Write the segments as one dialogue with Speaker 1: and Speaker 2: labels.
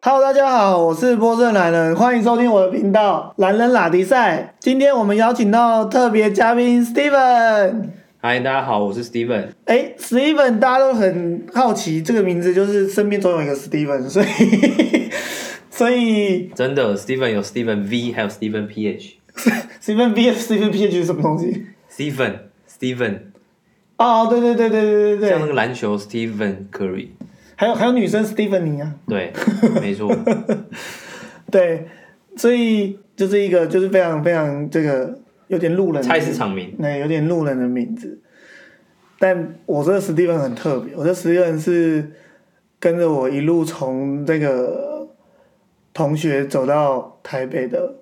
Speaker 1: Hello，大家好，我是波正男人，欢迎收听我的频道《男人拉迪赛》。今天我们邀请到特别嘉宾 Steven。
Speaker 2: 嗨，大家好，我是 Steven。
Speaker 1: 哎，Steven，大家都很好奇这个名字，就是身边总有一个 Steven，所以所以
Speaker 2: 真的，Steven 有 Steven V，还有 Steven PH。
Speaker 1: Steven B F Steven P H 是什么东西？
Speaker 2: Steven Steven，
Speaker 1: 哦，对对对对对对
Speaker 2: 像那
Speaker 1: 对，
Speaker 2: 个篮球 Steven Curry。
Speaker 1: 还有还有女生 Stephanie 啊，
Speaker 2: 对，没错。
Speaker 1: 对，所以就是一个就是非常非常这个有点路人的
Speaker 2: 菜市场名，
Speaker 1: 那有点路人的名字。但我这个史蒂芬很特别，我这史蒂芬是跟着我一路从这个同学走到台北的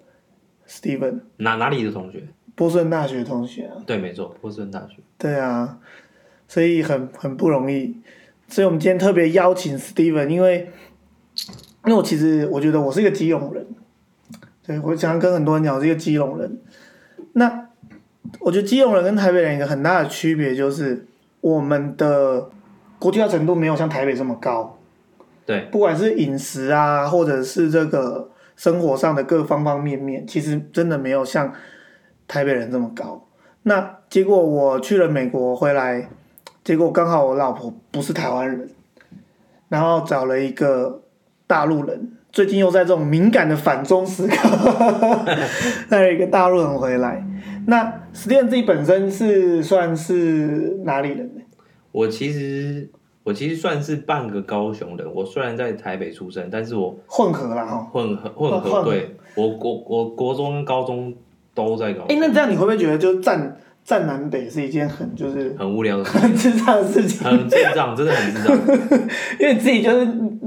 Speaker 1: 史蒂芬，
Speaker 2: 哪哪里的同学？
Speaker 1: 波士顿大学同学啊，
Speaker 2: 对，没错，波士顿大学。
Speaker 1: 对啊，所以很很不容易。所以我们今天特别邀请史蒂芬，因为因为我其实我觉得我是一个基隆人，对我常常跟很多人讲我是一个基隆人。那我觉得基隆人跟台北人一个很大的区别就是我们的国际化程度没有像台北这么高，
Speaker 2: 对，
Speaker 1: 不管是饮食啊，或者是这个生活上的各方方面面，其实真的没有像台北人这么高。那结果我去了美国回来，结果刚好我老婆不是台湾人，然后找了一个大陆人，最近又在这种敏感的反中时刻， 带了一个大陆人回来。那 Stan 自己本身是算是哪里人呢？
Speaker 2: 我其实我其实算是半个高雄人。我虽然在台北出生，但是我
Speaker 1: 混合啦哦哈。
Speaker 2: 混合混
Speaker 1: 混合
Speaker 2: 合。对，我国我国中跟高中都在高
Speaker 1: 哎、
Speaker 2: 雄，
Speaker 1: 那这样你会不会觉得就是站站南北是一件很就是
Speaker 2: 很无聊的事，
Speaker 1: 很智障的事情？
Speaker 2: 很智障，真的很智障。
Speaker 1: 因为你自己就是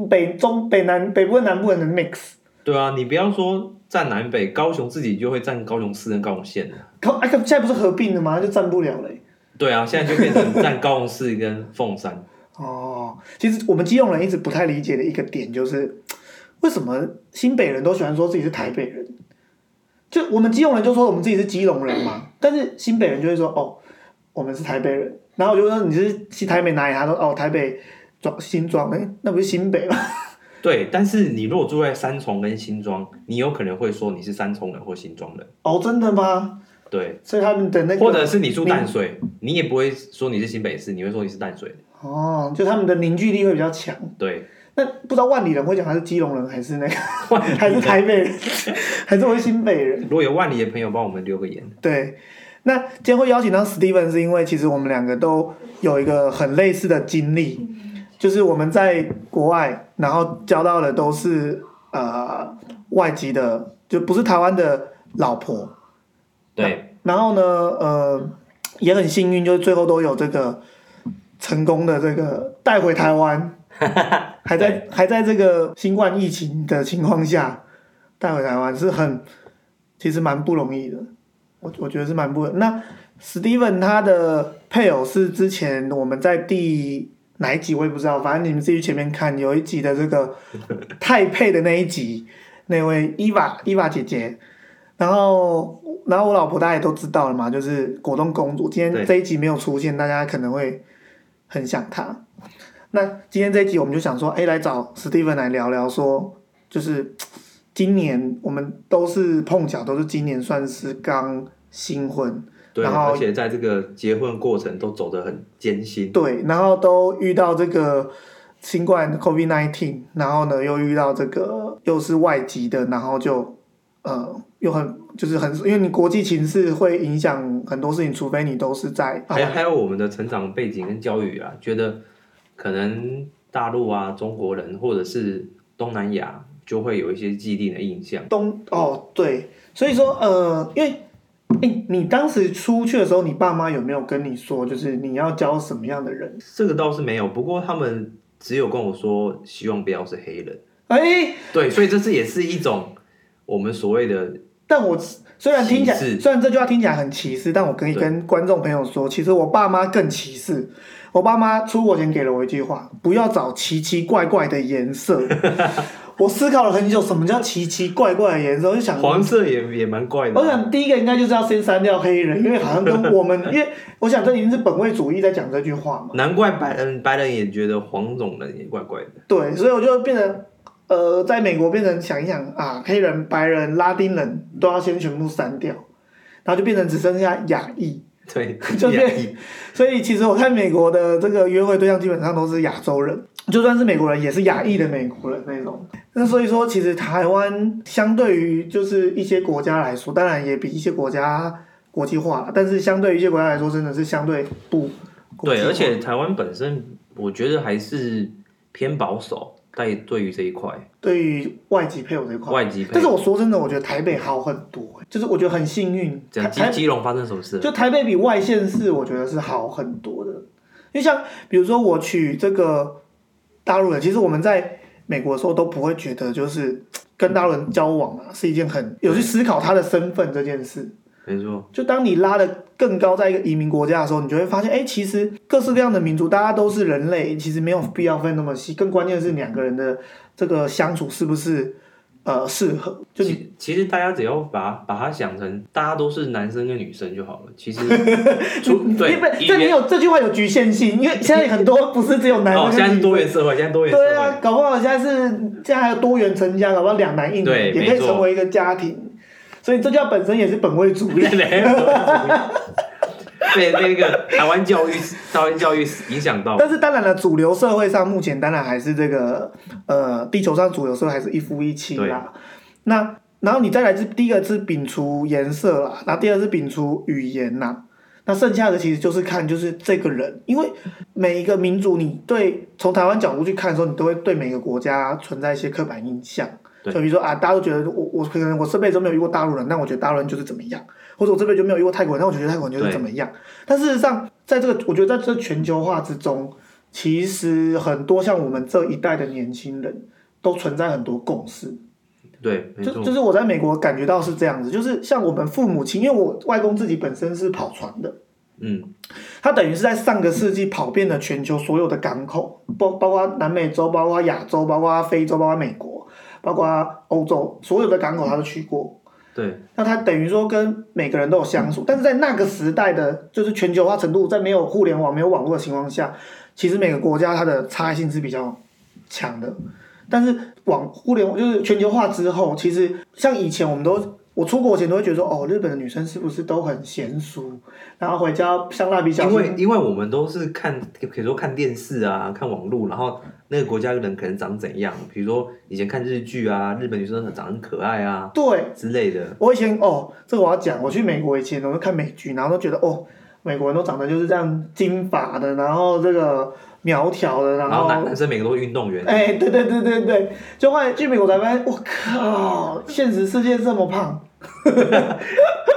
Speaker 1: 北中北南北部跟南部人的 mix。
Speaker 2: 对啊，你不要说站南北，高雄自己就会站高雄市跟高雄县了。
Speaker 1: 高哎，现在不是合并了吗？就站不了嘞、
Speaker 2: 对啊，现在就变成站高雄市跟凤山。
Speaker 1: 哦，其实我们基隆人一直不太理解的一个点就是，为什么新北人都喜欢说自己是台北人？就我们基隆人就说我们自己是基隆人嘛，但是新北人就会说哦，我们是台北人。然后我就说你是去台北哪里？他说哦，台北庄新庄，哎、那不是新北吗？
Speaker 2: 对，但是你如果住在三重跟新庄，你有可能会说你是三重人或新庄人。
Speaker 1: 哦，真的吗？
Speaker 2: 对，
Speaker 1: 所以他们的那个，
Speaker 2: 或者是你住淡水，你也不会说你是新北市，你会说你是淡水人。
Speaker 1: 哦，就他们的凝聚力会比较强。
Speaker 2: 对，
Speaker 1: 那不知道万里人会讲他是基隆人还是那个，还是台北人， 还是我是新北人？
Speaker 2: 如果有万里的朋友帮我们留个言，
Speaker 1: 对，那今天会邀请到 Steven 是因为其实我们两个都有一个很类似的经历，就是我们在国外，然后交到的都是呃外籍的，就不是台湾的老婆。
Speaker 2: 对，
Speaker 1: 然后呢，呃，也很幸运，就是最后都有这个成功的这个带回台湾，还在还在这个新冠疫情的情况下带回台湾是很其实蛮不容易的，我我觉得是蛮不容易。那 Steven 他的配偶是之前我们在第哪一集我也不知道，反正你们自己去前面看，有一集的这个 太配的那一集，那位伊娃伊娃姐姐，然后然后我老婆大家也都知道了嘛，就是果冻公主。今天
Speaker 2: 对
Speaker 1: 这一集没有出现，大家可能会很想她。那今天这一集我们就想说，哎，来找 Steven 来聊聊说，就是今年我们都是碰巧都是今年算是刚新婚，
Speaker 2: 对，
Speaker 1: 然后
Speaker 2: 而且在这个结婚过程都走得很艰辛。
Speaker 1: 对，然后都遇到这个新冠 COVID nineteen，然后呢又遇到这个又是外籍的，然后就呃又很就是很，因为你国际情势会影响很多事情，除非你都是在啊
Speaker 2: 还有还有我们的成长背景跟教育啊，觉得可能大陆啊、中国人或者是东南亚就会有一些既定的印象。
Speaker 1: 东哦对，所以说呃，因为哎你当时出去的时候，你爸妈有没有跟你说，就是你要交什么样的人？
Speaker 2: 这个倒是没有，不过他们只有跟我说希望不要是黑人。
Speaker 1: 哎，
Speaker 2: 对，所以这是也是一种我们所谓的
Speaker 1: 但我虽然听起来，
Speaker 2: 歧视
Speaker 1: 虽然这句话听起来很歧视，但我可以
Speaker 2: 对
Speaker 1: 跟观众朋友说，其实我爸妈更歧视。我爸妈出国前给了我一句话：不要找奇奇怪怪的颜 色。我思考了很久，什么叫奇奇怪怪的颜色？我就想，哦
Speaker 2: 黄色也也蛮怪的
Speaker 1: 我
Speaker 2: 啊。
Speaker 1: 想第一个应该就是要先删掉黑 人，因为好像跟我们，因为我想这已经是本位主义在讲这句话嘛。
Speaker 2: 难怪白人白人也觉得黄种人也怪怪的。
Speaker 1: 对，所以我就变成，呃，在美国变成想一想啊，黑人、白人、拉丁人都要先全部删掉，然后就变成只剩下亚裔。
Speaker 2: 对，
Speaker 1: 就
Speaker 2: 亚
Speaker 1: 是
Speaker 2: 裔
Speaker 1: 所以其实我看美国的这个约会对象基本上都是亚洲人，就算是美国人也是亚裔的美国人那种。那所以说，其实台湾相对于就是一些国家来说，当然也比一些国家国际化，但是相对于一些国家来说，真的是相对不国际
Speaker 2: 对，
Speaker 1: 化
Speaker 2: 而且台湾本身我觉得还是偏保守，在对于这一块
Speaker 1: 对于外籍配偶这一块，
Speaker 2: 外籍配
Speaker 1: 但是
Speaker 2: 偶，
Speaker 1: 我说真的，我觉得台北好很多、就是我觉得很幸运，
Speaker 2: 这
Speaker 1: 台
Speaker 2: 样
Speaker 1: 台
Speaker 2: 基基隆发生什么事了？
Speaker 1: 就台北比外县市，我觉得是好很多的。因为像比如说我娶这个大陆人，其实我们在美国的时候都不会觉得就是嘖跟大陆人交往啊是一件很有去思考他的身份这件事。
Speaker 2: 没错，
Speaker 1: 就当你拉的更高，在一个移民国家的时候，你就会发现，哎、其实各式各样的民族，大家都是人类，其实没有必要分那么细。更关键的是两个人的这个相处是不是呃适合，就你
Speaker 2: 其其实大家只要把把它想成大家都是男生跟女生就好了。 其实出
Speaker 1: 你
Speaker 2: 对
Speaker 1: 不，
Speaker 2: 以
Speaker 1: 这你
Speaker 2: 免
Speaker 1: 有这句话有局限性，因为现在很多不是只有男
Speaker 2: 哦，
Speaker 1: 生
Speaker 2: 现在
Speaker 1: 跟
Speaker 2: 是
Speaker 1: 女
Speaker 2: 多元社会，现在多元社
Speaker 1: 对
Speaker 2: 会，
Speaker 1: 啊，搞不好现在是现在还有多元成家，搞不好两男一女
Speaker 2: 对
Speaker 1: 也可以
Speaker 2: 没错
Speaker 1: 成为一个家庭，所以这叫本身也是本位主义。
Speaker 2: 没有被被那个台湾教育台湾教育影响到。
Speaker 1: 但是当然了，主流社会上目前当然还是这个呃，地球上主流社会还是一夫一妻啦。那然后你再来是第一个是摒除颜色啦，然后第二是摒除语言啦。那剩下的其实就是看就是这个人，因为每一个民族，你对从台湾角度去看的时候，你都会对每个国家存在一些刻板印象。就
Speaker 2: 对
Speaker 1: 比如说啊，大家都觉得我我可能我这辈子都没有遇过大陆人，那我觉得大陆人就是怎么样，或者我这辈子就没有遇过泰国人，那我觉得泰国人就是怎么样。但事实上，在这个我觉得在这全球化之中，其实很多像我们这一代的年轻人都存在很多共识。
Speaker 2: 对，没
Speaker 1: 就
Speaker 2: 错，
Speaker 1: 就是我在美国感觉到是这样子，就是像我们父母亲，因为我外公自己本身是跑船的，
Speaker 2: 嗯，
Speaker 1: 他等于是在上个世纪跑遍了全球所有的港口，包包括南美洲，包括亚洲，包括非洲，包括美国，包括欧洲，所有的港口他都去过。
Speaker 2: 对，
Speaker 1: 那他等于说跟每个人都有相处，但是在那个时代的，就是全球化程度，在没有互联网、没有网络的情况下，其实每个国家它的差异性是比较强的。但是网互联网就是全球化之后，其实像以前我们都，我出国前都会觉得说，哦，日本的女生是不是都很娴熟，然后回家像蜡笔小
Speaker 2: 因
Speaker 1: 新啊
Speaker 2: 为因为我们都是看，比如说看电视啊，看网络，然后那个国家的人可能长怎样，比如说以前看日剧啊，日本女生很长得很可爱啊
Speaker 1: 对，
Speaker 2: 之类的，
Speaker 1: 我以前哦，这个我要讲，我去美国以前，我就看美剧，然后都觉得哦，美国人都长得就是这样金发的，然后这个苗条的，然
Speaker 2: 然
Speaker 1: 后
Speaker 2: 后男男生每个都是运动员，
Speaker 1: 哎、对对对对对，就后来去美国才发现，我靠，现实世界这么胖，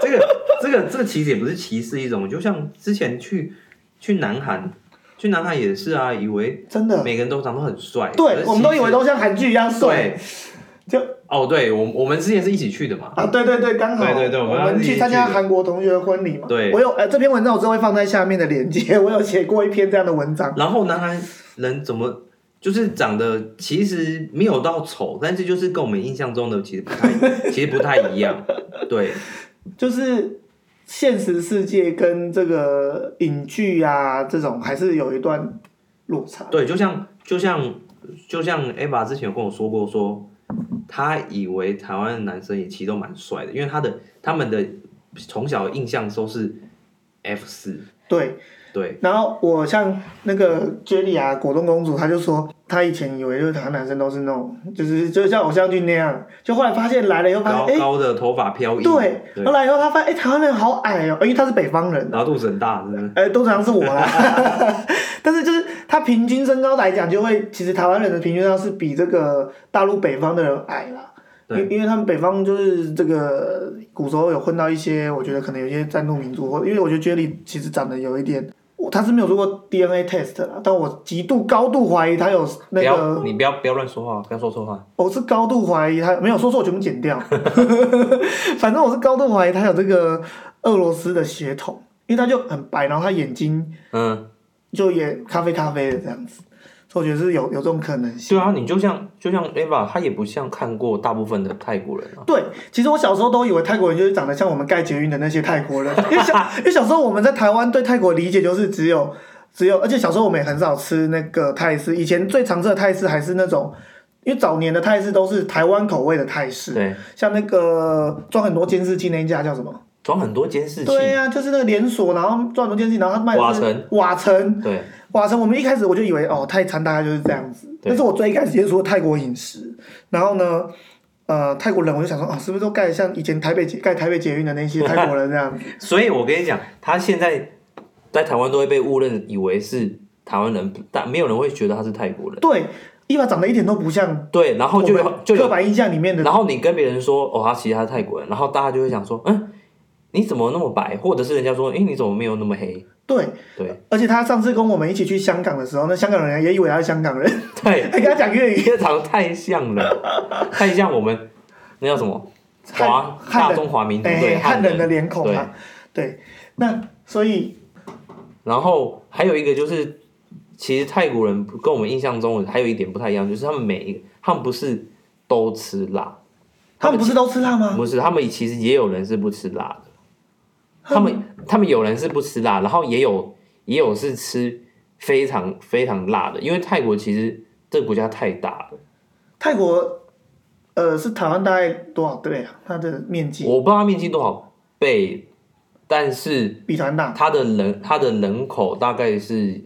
Speaker 2: 这个这个这个其实也不是歧视一种，就像之前去去南韩，去南韩也是啊，以为
Speaker 1: 真的，
Speaker 2: 每个人都长得很帅，可
Speaker 1: 对，
Speaker 2: 是
Speaker 1: 我们都
Speaker 2: 其
Speaker 1: 以
Speaker 2: 实
Speaker 1: 为都像韩剧一样帅，
Speaker 2: 对，
Speaker 1: 就
Speaker 2: 哦，对我我们之前是一起去的嘛，
Speaker 1: 啊，对对对，刚好，
Speaker 2: 对对对我
Speaker 1: 我
Speaker 2: 们要
Speaker 1: 们
Speaker 2: 自己
Speaker 1: 去参加
Speaker 2: 去的
Speaker 1: 韩国同学的婚礼嘛，
Speaker 2: 对
Speaker 1: 我有，呃，这篇文章我之后会放在下面的链接，我有写过一篇这样的文章，
Speaker 2: 然后南韩人怎么就是长得其实没有到丑，但是就是跟我们印象中的其实不太其实不太 一样，对
Speaker 1: 就是现实世界跟这个影剧啊这种还是有一段落差，
Speaker 2: 对，就像就像就像 Ava 之前有跟我说过说。他以为台湾的男生也其实都蛮帅的，因为他的他们的从小印象都是 F 四，
Speaker 1: 对，
Speaker 2: 对，
Speaker 1: 然后我像那个 Jelly 啊，果冻公主，她就说她以前以为就是台湾男生都是那种，就是就像偶像剧那样，就后来发现来了以后发
Speaker 2: 高
Speaker 1: 现，哎，
Speaker 2: 高的头发飘逸，
Speaker 1: 对，后来以后她发现，哎，台湾人好矮哦，因为她是北方人，
Speaker 2: 然后肚子很大，是不是
Speaker 1: 哎，都常是我 啦，但是就是她平均身高来讲，就会其实台湾人的平均身高是比这个大陆北方的人矮啦。因
Speaker 2: 对
Speaker 1: 因为他们北方就是这个古时候有混到一些，我觉得可能有一些战斗民族，或因为我觉得 Jelly 其实长得有一点，我他是没有做过 DNA test 啦，但我极度高度怀疑他有那
Speaker 2: 不要，啊
Speaker 1: 个，
Speaker 2: 你不要不要乱说话，不要说错话。
Speaker 1: 我是高度怀疑他没有说错，我全部剪掉， 反正我是高度怀疑他有这个俄罗斯的血统，因为他就很白，然后他眼睛
Speaker 2: 嗯，
Speaker 1: 就也咖啡咖啡的这样子，所以我觉得是有有这种可能性。
Speaker 2: 对啊，你就像就像 Ava，他也不像看过大部分的泰国人啊。
Speaker 1: 对，其实我小时候都以为泰国人就是长得像我们盖捷运的那些泰国 人，因为小因为小时候我们在台湾对泰国理解就是只有只有，而且小时候我们也很少吃那个泰式，以前最常吃的泰式还是那种因为早年的泰式都是台湾口味的泰式，
Speaker 2: 对，
Speaker 1: 像那个装很多监视器那一家叫什么？
Speaker 2: 装很多监视器，
Speaker 1: 哦对呀、就是那个连锁，然后装很多监视器，然后他卖的是
Speaker 2: 瓦城
Speaker 1: 瓦城，
Speaker 2: 对，
Speaker 1: 瓦城，我们一开始我就以为哦，泰餐大概就是这样子，
Speaker 2: 对
Speaker 1: 那是我最一开始接触的泰国饮食。然后呢，呃，泰国人我就想说，哦，是不是都盖像以前台北捷盖台北捷运的那些泰国人这样？
Speaker 2: 所以我跟你讲，他现在在台湾都会被误认以为是台湾人，但没有人会觉得他是泰国人。
Speaker 1: 对，伊娃长得一点都不像
Speaker 2: 对，然后
Speaker 1: 嗯
Speaker 2: 就
Speaker 1: 我
Speaker 2: 有
Speaker 1: 们
Speaker 2: 就
Speaker 1: 刻
Speaker 2: 有，
Speaker 1: 板印象里面的，
Speaker 2: 然后你跟别人说哦，他其实他是泰国人，然后大家就会想说，嗯，你怎么那么白？或者是人家说，诶，哎你怎么没有那么黑？
Speaker 1: 对。
Speaker 2: 对
Speaker 1: 而且他上次跟我们一起去香港的时候，那香港人也以为他是香港人，
Speaker 2: 对，
Speaker 1: 还跟他讲粤语，
Speaker 2: 非常太像了，太像我们那叫什么华
Speaker 1: 汉汉
Speaker 2: 大
Speaker 1: 人
Speaker 2: 中华民族对
Speaker 1: 哎，汉人的脸孔
Speaker 2: 对
Speaker 1: 啊，对。那所以
Speaker 2: 然后还有一个就是，其实泰国人跟我们印象中还有一点不太一样，就是他们每一个他们不是都吃辣，
Speaker 1: 他们不是都吃辣吗？
Speaker 2: 不是他们其实也有人是不吃辣的，他们他们有人是不吃辣，然后也有也有是吃非常非常辣的，因为泰国其实这个国家太大了，
Speaker 1: 泰国，呃，是台湾大概多少倍啊？它的面积
Speaker 2: 我不知道它面积多少倍，但是
Speaker 1: 比台湾大
Speaker 2: 它的人它的人口大概是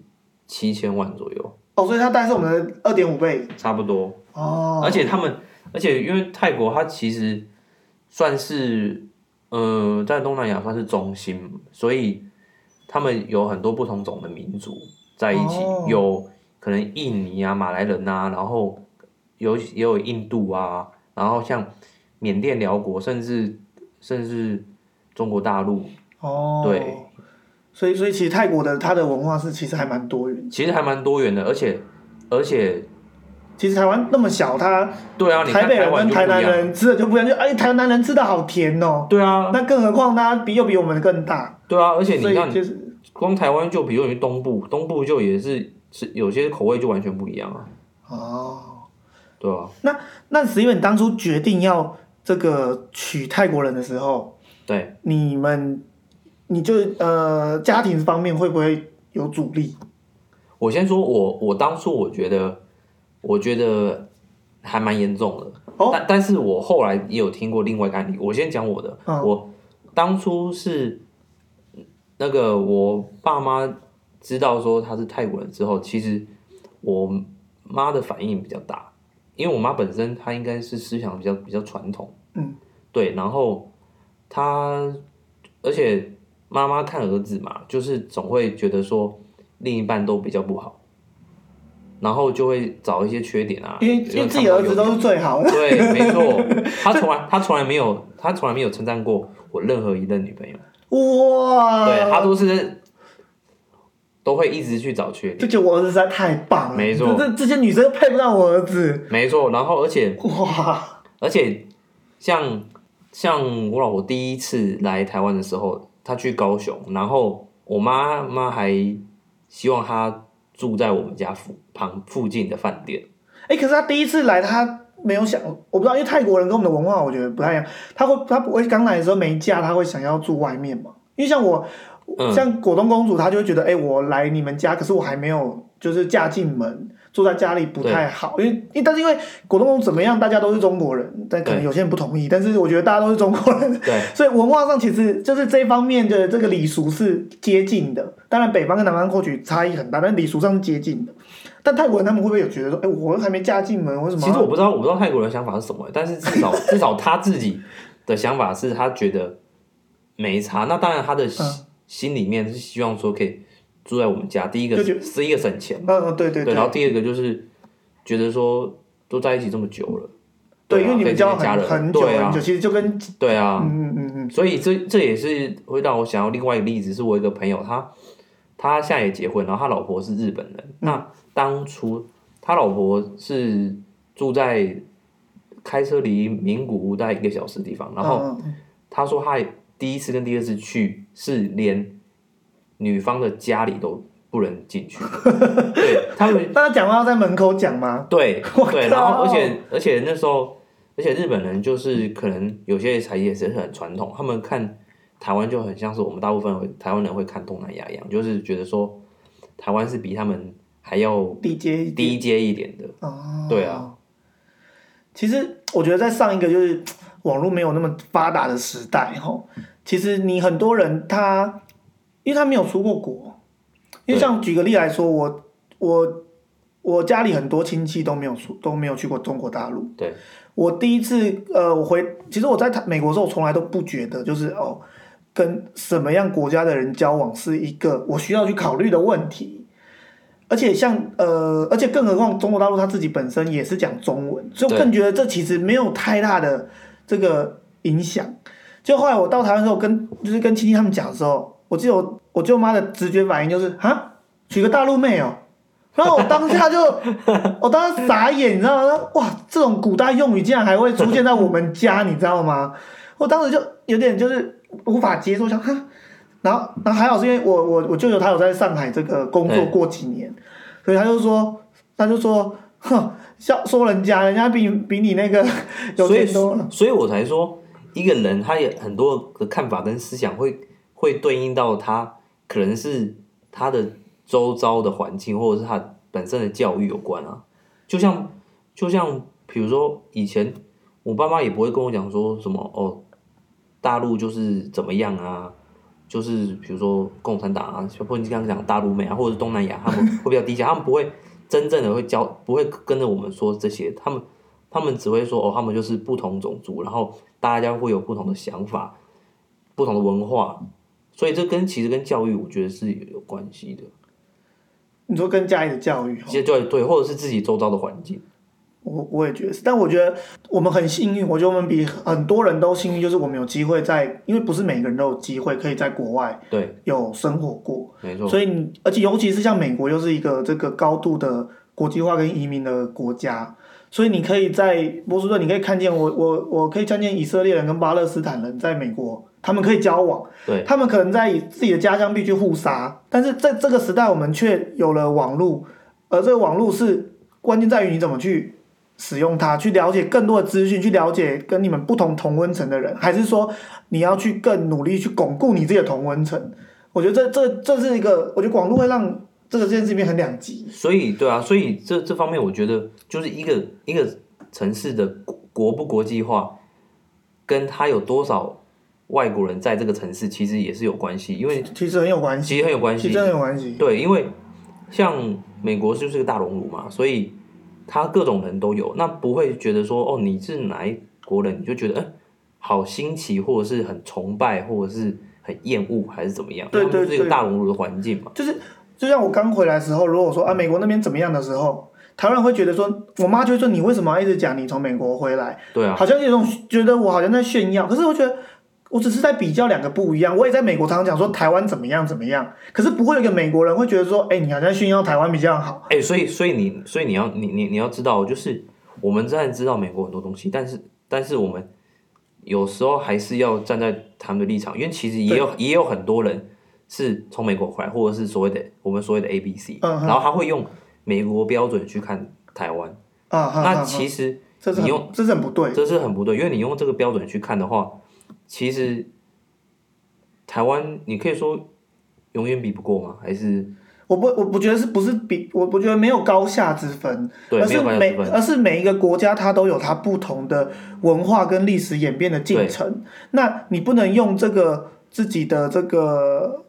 Speaker 2: 七千万左右，
Speaker 1: 哦，所以它大概是我们的二点五倍
Speaker 2: 差不多。
Speaker 1: 哦。
Speaker 2: 而且他们，而且因为泰国它其实算是，呃，在东南亚算是中心，所以他们有很多不同种的民族在一起，
Speaker 1: 哦
Speaker 2: 有可能印尼啊、马来人啊，然后有也有印度啊，然后像缅甸、辽国，甚至甚至中国大陆，
Speaker 1: 哦，
Speaker 2: 对，
Speaker 1: 所以所以其实泰国的它的文化是其实还蛮多元。
Speaker 2: 其实还蛮多元的，而且而且，
Speaker 1: 其实台湾那么小，它
Speaker 2: 对啊，你
Speaker 1: 台
Speaker 2: 看
Speaker 1: 北
Speaker 2: 台
Speaker 1: 人
Speaker 2: 湾
Speaker 1: 跟
Speaker 2: 就不
Speaker 1: 台
Speaker 2: 一
Speaker 1: 南
Speaker 2: 样，
Speaker 1: 人吃的就不一样，就哎，台南人吃的好甜哦。
Speaker 2: 对啊，
Speaker 1: 那更何况它比又比我们更大，
Speaker 2: 对啊，而且
Speaker 1: 所
Speaker 2: 你看
Speaker 1: 以。就是
Speaker 2: 光台湾就比如你东部，东部就也是是有些口味就完全不一样啊，
Speaker 1: 哦。
Speaker 2: 对吧、
Speaker 1: 那石原，你当初决定要这个娶泰国人的时候，
Speaker 2: 对，
Speaker 1: 你们你就呃家庭方面会不会有阻力？
Speaker 2: 我先说我我当初我觉得我觉得还蛮严重的，
Speaker 1: 哦
Speaker 2: 但但是我后来也有听过另外一个案例，我先讲我的，
Speaker 1: 嗯
Speaker 2: 我当初是那个我爸妈知道说他是泰国人之后，其实我妈的反应比较大，因为我妈本身她应该是思想比较比较传统。
Speaker 1: 嗯，
Speaker 2: 对，然后他，而且妈妈看儿子嘛，就是总会觉得说另一半都比较不好，然后就会找一些缺点啊，
Speaker 1: 因为因为自己的儿子都是最好的。
Speaker 2: 对，没错，他从来他从来没有他从来没有称赞过我任何一任女朋友，
Speaker 1: 哇！
Speaker 2: 对他都是都会一直去找缺点，
Speaker 1: 就觉得我儿子实在太棒了，
Speaker 2: 没错
Speaker 1: 这这这些女生配不上我儿子，
Speaker 2: 没错，然后而且
Speaker 1: 哇！
Speaker 2: 而且像像我老婆第一次来台湾的时候，她去高雄，然后我妈妈还希望她住在我们家附旁附近的饭店。
Speaker 1: 哎、可是他第一次来，他没有想，我不知道，因为泰国人跟我们的文化我觉得不太一样，他会他不会刚来的时候没嫁，他会想要住外面嘛？因为像我，
Speaker 2: 嗯
Speaker 1: 像果冻公主，她就会觉得，哎、我来你们家，可是我还没有就是嫁进门。住在家里不太好，因为因为但是因为果冻公主怎么样，大家都是中国人，但可能
Speaker 2: 对
Speaker 1: 有些人不同意，但是我觉得大家都是中国人，
Speaker 2: 对
Speaker 1: 所以文化上其实就是这一方面的这个礼俗是接近的，当然北方跟南方或许差异很大，但礼俗上是接近的。但泰国人他们会不会有觉得说，哎、我还没嫁进门，为什么要？
Speaker 2: 其实我不知道，我不知道泰国人的想法是什么，但是 至少至少他自己的想法是他觉得没差。那当然，他的心、
Speaker 1: 嗯
Speaker 2: 心里面是希望说可以住在我们家。第一个
Speaker 1: 就觉
Speaker 2: 是第一个省钱，
Speaker 1: 嗯嗯，对对
Speaker 2: 对，啊然后第二个就是觉得说都在一起这么久了，
Speaker 1: 对，
Speaker 2: 啊
Speaker 1: 因为你
Speaker 2: 可以
Speaker 1: 们交
Speaker 2: 自己家
Speaker 1: 往
Speaker 2: 人
Speaker 1: 很久
Speaker 2: 对啊
Speaker 1: 很久，其实就跟嗯
Speaker 2: 对啊，
Speaker 1: 嗯嗯嗯，
Speaker 2: 所以这这也是会让我想到另外一个例子，是我一个朋友，他他现在也结婚，然后他老婆是日本人。
Speaker 1: 嗯
Speaker 2: 那当初他老婆是住在开车离名古屋大概一个小时的地方，然后
Speaker 1: 后
Speaker 2: 他说他第一次跟第二次去是连女方的家里都不能 进去，对他们
Speaker 1: 大家讲话要在门口讲吗？
Speaker 2: 对
Speaker 1: 啊 我
Speaker 2: 对，然
Speaker 1: 靠
Speaker 2: 后而且而且那时候，而且日本人就是可能有些才也是很传统，他们看台湾就很像是我们大部分会台湾人会看东南亚一样，就是觉得说台湾是比他们还要
Speaker 1: 地接一点
Speaker 2: 低阶一点的。
Speaker 1: 哦，
Speaker 2: 对啊，
Speaker 1: 其实我觉得在上一个就是网络没有那么发达的时代，吼，其实你很多人他，因为他没有出过国，因为像举个例来说，我我我家里很多亲戚都没有出都没有去过中国大陆。
Speaker 2: 对，
Speaker 1: 我第一次呃，我回其实我在台美国的时候，从来都不觉得就是哦，跟什么样国家的人交往是一个我需要去考虑的问题。而且像呃，而且更何况中国大陆它自己本身也是讲中文，所以我更觉得这其实没有太大的这个影响。就后来我到台湾的时候跟，就是跟亲戚他们讲的时候，我记得我我舅妈的直觉反应就是啊，娶个大陆妹哦、然后我当下就 我当时傻眼，你知道吗？哇，这种古代用语竟然还会出现在我们家，你知道吗？我当时就有点就是无法接受，想哈。然后，然后还好是因为我我我舅舅他有在上海这个工作
Speaker 2: 对
Speaker 1: 过几年，所以他就说他就说，哼，笑说人家人家比比你那 个有
Speaker 2: 所以
Speaker 1: 钱多了，
Speaker 2: 所以我才说，一个人他也很多的看法跟思想会会对应到他可能是他的周遭的环境，或者是他本身的教育有关啊。就像就像比如说以前我爸妈也不会跟我讲说什么哦，大陆就是怎么样啊。就是比如说共产党啊，就不你刚刚讲大陆妹啊，或者是东南亚，他们会比较低下，他们不会真正的会教，不会跟着我们说这些，他们他们只会说哦，他们就是不同种族，然后大家会有不同的想法、不同的文化，所以这跟其实跟教育我觉得是有关系的，
Speaker 1: 你说跟家里的教育哦，
Speaker 2: 其实对对，或者是自己周遭的环境，
Speaker 1: 我我也觉得是，但我觉得我们很幸运，我觉得我们比很多人都幸运，就是我们有机会在，因为不是每个人都有机会可以在国外
Speaker 2: 对，
Speaker 1: 有生活过，
Speaker 2: 没错，
Speaker 1: 所以你而且尤其是像美国又是一个这个高度的国际化跟移民的国家，所以你可以在波士顿，你可以看见我我我可以看见以色列人跟巴勒斯坦人在美国，他们可以交往，
Speaker 2: 对
Speaker 1: 他们可能在自己的家乡必须互杀，但是在这个时代，我们却有了网络，而这个网络是关键在于你怎么去使用它，去了解更多的资讯，去了解跟你们不同同温层的人，还是说你要去更努力去巩固你自己的同温层？我觉得这这这是一个，我觉得网络会让这个这件事情变很两极。
Speaker 2: 所以对啊，所以这这方面我觉得就是一个一个城市的国国不国际化，跟它有多少外国人在这个城市其实也是有关系，因为
Speaker 1: 其实很有关系，
Speaker 2: 其实很有关
Speaker 1: 其
Speaker 2: 系
Speaker 1: 实，真的有关系。
Speaker 2: 对，因为像美国就是个大熔炉嘛，所以他各种人都有，那不会觉得说哦你是哪一国人，你就觉得嗯、好新奇，或者是很崇拜，或者是很厌恶，还是怎么样？
Speaker 1: 对
Speaker 2: 他们
Speaker 1: 对
Speaker 2: 就是一个
Speaker 1: 对
Speaker 2: 大熔炉的环境嘛。
Speaker 1: 就是就像我刚回来的时候，如果说啊美国那边怎么样的时候，台湾人会觉得说，我妈就会说你为什么要一直讲你从美国回来，
Speaker 2: 对啊，
Speaker 1: 好像有种觉得我好像在炫耀，可是我觉得。我只是在比较两个不一样，我也在美国常常讲说台湾怎么样怎么样，可是不会有一个美国人会觉得说，哎、你好像炫耀台湾比较好，
Speaker 2: 哎、所以所以你所以你要你你你要知道，就是我们虽然知道美国很多东西，但是但是我们有时候还是要站在他们的立场，因为其实也有也有很多人是从美国回来，或者是所谓的我们所谓的 A B C，、
Speaker 1: 嗯哼
Speaker 2: 然后他会用美国标准去看台湾，
Speaker 1: 啊哈哈
Speaker 2: 那
Speaker 1: 哈，
Speaker 2: 其实
Speaker 1: 这是
Speaker 2: 你
Speaker 1: 很这是很不对，
Speaker 2: 这是很不对，因为你用这个标准去看的话，其实台湾你可以说永远比不过吗？还是
Speaker 1: 我不我不觉得是不是比我不觉得没有高下之分，
Speaker 2: 对
Speaker 1: 而
Speaker 2: 没
Speaker 1: 是
Speaker 2: 有办法
Speaker 1: 每
Speaker 2: 区分？
Speaker 1: 而是每一个国家它都有它不同的文化跟历史演变的进程。那你不能用这个自己的这个，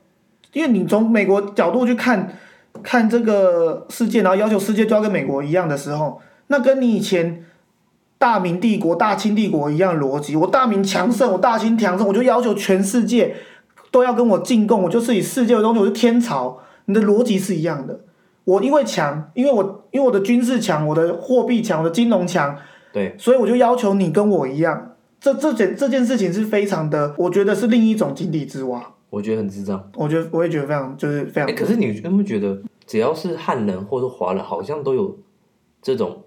Speaker 1: 因为你从美国角度去看看这个世界，然后要求世界就要跟美国一样的时候，那跟你以前。大明帝国、大清帝国一样的逻辑，我大明强盛，我大清强盛，我就要求全世界都要跟我进贡，我就是以世界为中心，我是天朝。你的逻辑是一样的，我因为强，因为我因为我的军事强，我的货币强，我的金融强，
Speaker 2: 对
Speaker 1: 所以我就要求你跟我一样。这这件这件事情是非常的，我觉得是另一种井底之蛙。
Speaker 2: 我觉得很智障。
Speaker 1: 我觉得我也觉得非常就是非
Speaker 2: 哎、
Speaker 1: 常，
Speaker 2: 可是你有没有觉得，只要是汉人或者华人，好像都有这种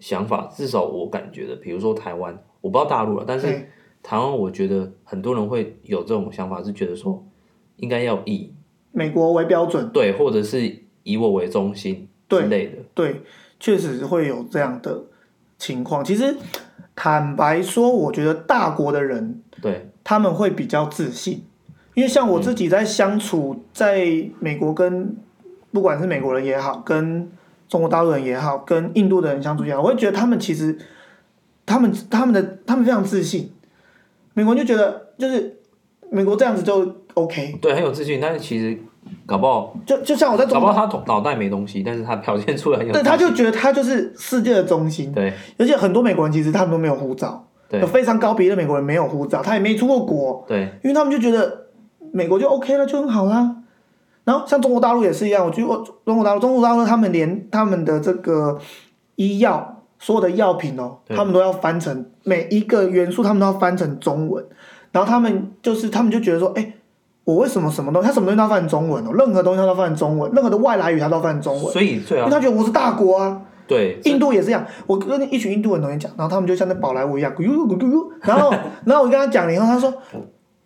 Speaker 2: 想法？至少我感觉的，比如说台湾，我不知道大陆了，但是
Speaker 1: 对
Speaker 2: 台湾，我觉得很多人会有这种想法，是觉得说应该要以
Speaker 1: 美国为标准，
Speaker 2: 对，或者是以我为中心之
Speaker 1: 对
Speaker 2: 类的。
Speaker 1: 对，确实会有这样的情况。其实坦白说，我觉得大国的人
Speaker 2: 对
Speaker 1: 他们会比较自信，因为像我自己在相处在美国跟不管是美国人也好，跟中国大陆人也好，跟印度的人相处也好，我会觉得他们其实他们他们的他们非常自信，美国人就觉得就是美国这样子就 OK，
Speaker 2: 对，很有自信，但是其实搞不好，
Speaker 1: 就哎就像我在
Speaker 2: 搞
Speaker 1: 中
Speaker 2: 不好
Speaker 1: 国，
Speaker 2: 他头脑袋没东西，但是他表现出来很有自
Speaker 1: 对，
Speaker 2: 信，
Speaker 1: 他就觉得他就是世界的中心，
Speaker 2: 对
Speaker 1: 而且很多美国人其实他们都没有护照，
Speaker 2: 对
Speaker 1: 有非常高比例的美国人没有护照，他也没出过国，
Speaker 2: 对
Speaker 1: 因为他们就觉得美国就 OK 了，就很好啦。然后像中国大陆也是一样，我去过中国大陆，中国大陆他们连他们的这个医药所有的药品哦，
Speaker 2: 对
Speaker 1: 他们都要翻成每一个元素，他们都要翻成中文。然后他们就是他们就觉得说，哎，我为什么什么东西，他什么东西都要翻成中文哦，任何东西他都要翻成中文，任何的外来语他都要翻成中文，
Speaker 2: 所以对
Speaker 1: 因
Speaker 2: 啊
Speaker 1: 为，他觉得我是大国啊。
Speaker 2: 对，
Speaker 1: 印度也是这样，我跟一群印度人同学讲，然后他们就像那宝莱坞一样，咕噜咕噜咕噜，然 后然后我跟他讲了以后，他说，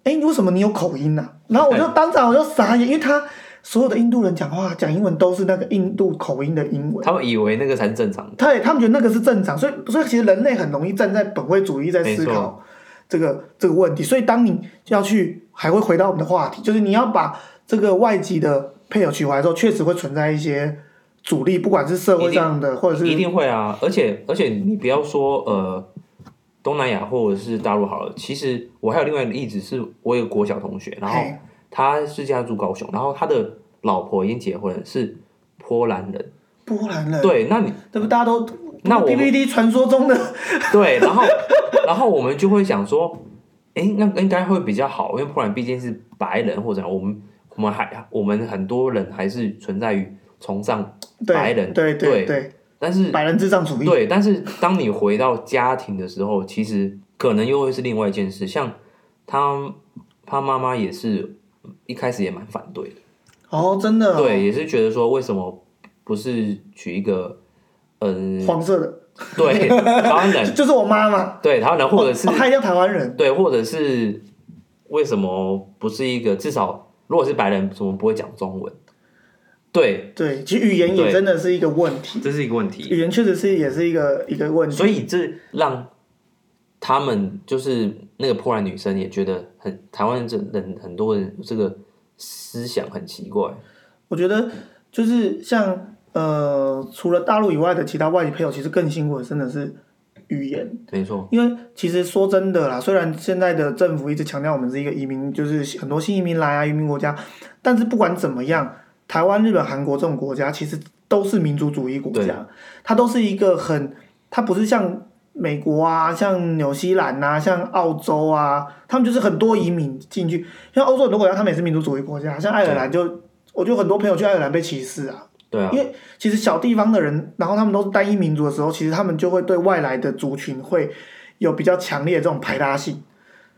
Speaker 1: 哎、你为什么你有口音呢、然后我就当场我就傻眼，因为他所有的印度人讲话讲英文都是那个印度口音的英文，
Speaker 2: 他们以为那个才是正常的，
Speaker 1: 他也他们觉得那个是正常，所以所以其实人类很容易站在本位主义在思
Speaker 2: 没
Speaker 1: 考
Speaker 2: 错
Speaker 1: 这个这个问题，所以当你要去还会回到我们的话题，就是你要把这个外籍的配偶娶回来之后，确实会存在一些阻力，不管是社会上的或者是
Speaker 2: 一定会啊，而且而且你不要说呃东南亚或者是大陆好了，其实我还有另外一个例子，是我有个国小同学，然后
Speaker 1: 嘿
Speaker 2: 他是家住高雄，然后他的老婆已经结婚了，是波兰人，
Speaker 1: 波兰人，
Speaker 2: 对，那你
Speaker 1: 对不？大家都
Speaker 2: 嗯那我
Speaker 1: PPT 传说中的
Speaker 2: 对，然后然后我们就会想说，诶，那应该会比较好，因为波兰毕竟是白人或者我们我们还我们很多人还是存在于崇尚
Speaker 1: 对
Speaker 2: 白人
Speaker 1: 对
Speaker 2: 对嗯
Speaker 1: 对，
Speaker 2: 但是
Speaker 1: 白人至上主义，
Speaker 2: 对，但是当你回到家庭的时候，其实可能又会是另外一件事。像他他妈妈也是一开始也蛮反对的，
Speaker 1: 哦，真的哦，
Speaker 2: 对，也是觉得说为什么不是娶一个嗯、
Speaker 1: 黄色的，
Speaker 2: 对 台湾 人，
Speaker 1: 就是我妈妈，
Speaker 2: 对台湾人，或者是
Speaker 1: 哦她一定要台湾人，
Speaker 2: 对，或者是为什么不是一个至少如果是白人，怎么不会讲中文？对，
Speaker 1: 对，其实语言也
Speaker 2: 对
Speaker 1: 真的是一个问题，
Speaker 2: 这是一个问题。
Speaker 1: 语言确实是也是一个一个问题，
Speaker 2: 所以这让他们就是那个波兰女生也觉得很台湾这人很多人这个思想很奇怪，
Speaker 1: 我觉得就是像呃，除了大陆以外的其他外籍配偶，其实更辛苦的真的是语言。
Speaker 2: 没错，
Speaker 1: 因为其实说真的啦，虽然现在的政府一直强调我们是一个移民，就是很多新移民来啊，移民国家，但是不管怎么样，台湾、日本、韩国这种国家其实都是民族主义国家，它都是一个很，它不是像美国啊、像纽西兰啊、像澳洲啊，他们就是很多移民进去，像欧洲很多国家，他们也是民族主义国家，像爱尔兰就，我就很多朋友去爱尔兰被歧视啊。
Speaker 2: 对啊
Speaker 1: 因，为其实小地方的人，然后他们都是单一民族的时候，其实他们就会对外来的族群会有比较强烈的这种排他性。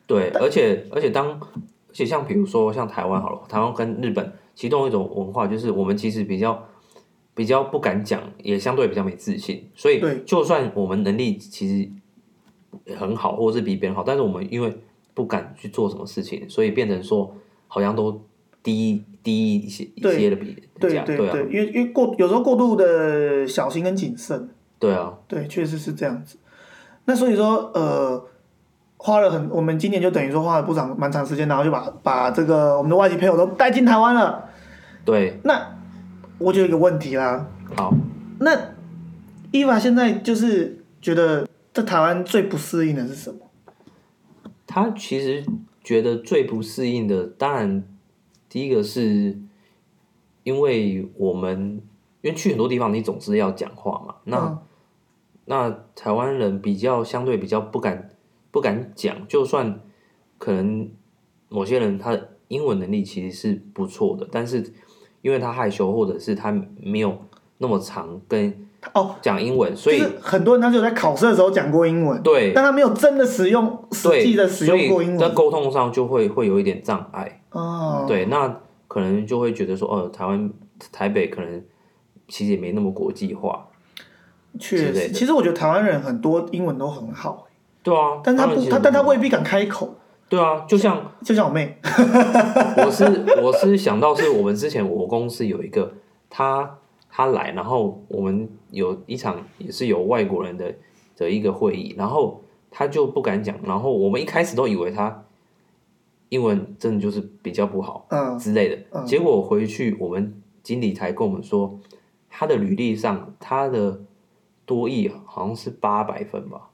Speaker 2: 对，而且而且当而且像比如说像台湾好了，台湾跟日本其中一种文化就是我们其实比较。比较不敢讲，也相对比较没自信，所以
Speaker 1: 对
Speaker 2: 就算我们能力其实很好，或者是比别人好，但是我们因为不敢去做什么事情，所以变成说好像都低低一些一
Speaker 1: 对
Speaker 2: 些的比人
Speaker 1: 对
Speaker 2: 家，
Speaker 1: 对
Speaker 2: 对啊，
Speaker 1: 因为因为过有时候过度的小心跟谨慎，
Speaker 2: 对啊，
Speaker 1: 对，确实是这样子。那所以说，呃，花了很，我们今年就等于说花了不长蛮长时间，然后就把把这个我们的外籍朋友都带进台湾了。
Speaker 2: 对，
Speaker 1: 那我就有一个问题啦，
Speaker 2: 好，
Speaker 1: 那伊娃现在就是觉得在台湾最不适应的是什么？
Speaker 2: 他其实觉得最不适应的，当然第一个是因为我们因为去很多地方，你总是要讲话嘛，那、
Speaker 1: 嗯
Speaker 2: 那台湾人比较相对比较不敢不敢讲，就算可能某些人他的英文能力其实是不错的，但是因为他害羞或者是他没有那么常跟
Speaker 1: 哦，
Speaker 2: 讲英文，所以
Speaker 1: 就是很多人他只有在考试的时候讲过英文，
Speaker 2: 对
Speaker 1: 但他没有真的使用实际的
Speaker 2: 对，
Speaker 1: 使
Speaker 2: 所
Speaker 1: 用
Speaker 2: 以
Speaker 1: 过英
Speaker 2: 在
Speaker 1: 文。
Speaker 2: 沟通上就会会有一点障碍。
Speaker 1: 哦，
Speaker 2: 对，那可能就会觉得说，哦，台湾台北可能其实也没那么国际化，
Speaker 1: 确
Speaker 2: 之类
Speaker 1: 实，
Speaker 2: 的
Speaker 1: 其实我觉得台湾人很多英文都很好，
Speaker 2: 对啊，
Speaker 1: 但他
Speaker 2: 们
Speaker 1: 不
Speaker 2: 其，实
Speaker 1: 他但他未必敢开口。
Speaker 2: 对啊，就像
Speaker 1: 就像我妹，
Speaker 2: 我是我是想到是我们之前我公司有一个他他来，然后我们有一场也是有外国人的的一个会议，然后他就不敢讲，然后我们一开始都以为他英文真的就是比较不好。
Speaker 1: 嗯，
Speaker 2: 之类的。结果回去，我们经理才跟我们说，他的履历上他的多益好像是八百分吧，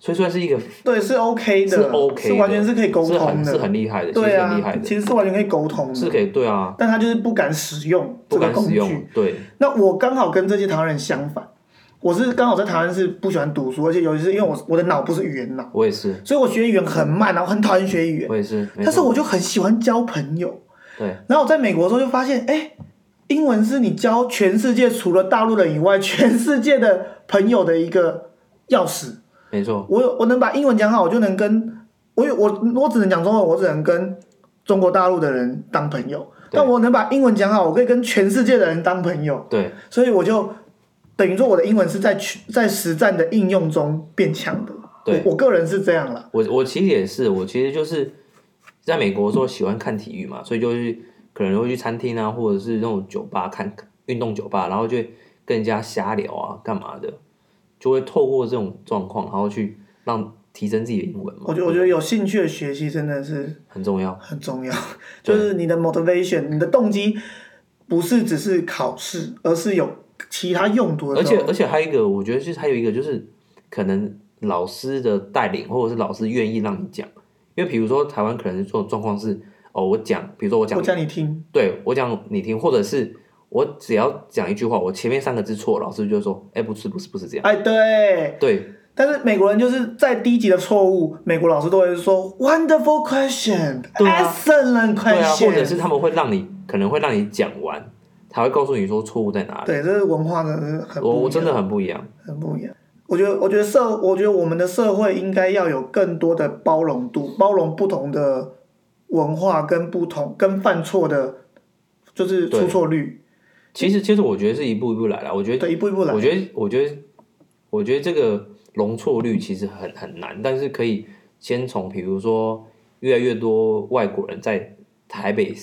Speaker 2: 所以算是一个
Speaker 1: 对，是 OK 的，
Speaker 2: 嗯是 OK 的
Speaker 1: 是完全是可以沟
Speaker 2: 是
Speaker 1: 通
Speaker 2: 很是
Speaker 1: 的，
Speaker 2: 很厉害的，其
Speaker 1: 对
Speaker 2: 实很厉害
Speaker 1: 啊，
Speaker 2: 的，
Speaker 1: 其实是完全可以沟通
Speaker 2: 是
Speaker 1: 的，
Speaker 2: 可以对啊，
Speaker 1: 但他就是不敢使用
Speaker 2: 不
Speaker 1: 这个
Speaker 2: 敢
Speaker 1: 工
Speaker 2: 使
Speaker 1: 具。
Speaker 2: 用，对，
Speaker 1: 那我刚好跟这些台湾人相反，我是刚好在台湾是不喜欢读书，而且尤其是因为我我的脑不是语言脑，
Speaker 2: 我也是，
Speaker 1: 所以我学语言很慢，然后很讨厌学语言，
Speaker 2: 我也是，没
Speaker 1: 但是
Speaker 2: 错，
Speaker 1: 我就很喜欢交朋友。
Speaker 2: 对，
Speaker 1: 然后我在美国的时候就发现，哎，英文是你交全世界除了大陆人以外，全世界的朋友的一个钥匙。
Speaker 2: 没错，
Speaker 1: 我有我能把英文讲好，我就能跟我有我我只能讲中文，我只能跟中国大陆的人当朋友。
Speaker 2: 对
Speaker 1: 但我能把英文讲好，我可以跟全世界的人当朋友。
Speaker 2: 对，
Speaker 1: 所以我就等于说，我的英文是在去在实战的应用中变强的。
Speaker 2: 对
Speaker 1: 我我个人是这样啦。
Speaker 2: 我我其实也是，我其实就是在美国的时候喜欢看体育嘛，所以就是可能会去餐厅啊，或者是那种酒吧看运动酒吧，然后就会跟人家瞎聊啊，干嘛的，就会透过这种状况，然后去让提升自己的英文嘛，
Speaker 1: 我觉得我觉得有兴趣的学习真的是
Speaker 2: 很重要，
Speaker 1: 很重要， 就
Speaker 2: 对
Speaker 1: 是你的 motivation，你的动机不是只是考试，而是有其他用途的
Speaker 2: 而
Speaker 1: 时
Speaker 2: 且
Speaker 1: 候。
Speaker 2: 而且还有一个，我觉得就是还有一个就是可能老师的带领，或者是老师愿意让你讲，因为比如说台湾可能这种状况是哦，我讲，比如说我讲
Speaker 1: 我讲你听，
Speaker 2: 对我讲你听，或者是哦我只要讲一句话，我前面三个字错，老师就说，哎，不是不是不是这样，
Speaker 1: 哎，对。
Speaker 2: 对
Speaker 1: 但是美国人就是在低级的错误，美国老师都会说 wonderful question,
Speaker 2: 对啊
Speaker 1: excellent
Speaker 2: 对啊，或者
Speaker 1: question。
Speaker 2: 是他们会让你可能会让你讲完，才会告诉你说错误在哪里，
Speaker 1: 对，这是文化真的是很
Speaker 2: 我
Speaker 1: 不
Speaker 2: 我
Speaker 1: 一
Speaker 2: 真
Speaker 1: 样，
Speaker 2: 的很不一样，
Speaker 1: 很不一样。我觉得，我觉得社，我觉得我们的社会应该要有更多的包容度，包容不同的文化跟不同跟犯错的，就是出
Speaker 2: 对
Speaker 1: 错率。
Speaker 2: 其实其实我觉得是一步一步来啦，我觉得
Speaker 1: 对，一步一步来
Speaker 2: 我。觉得，我觉得，我觉得这个容错率其实很很难，但是可以先从比如说越来越多外国人在台北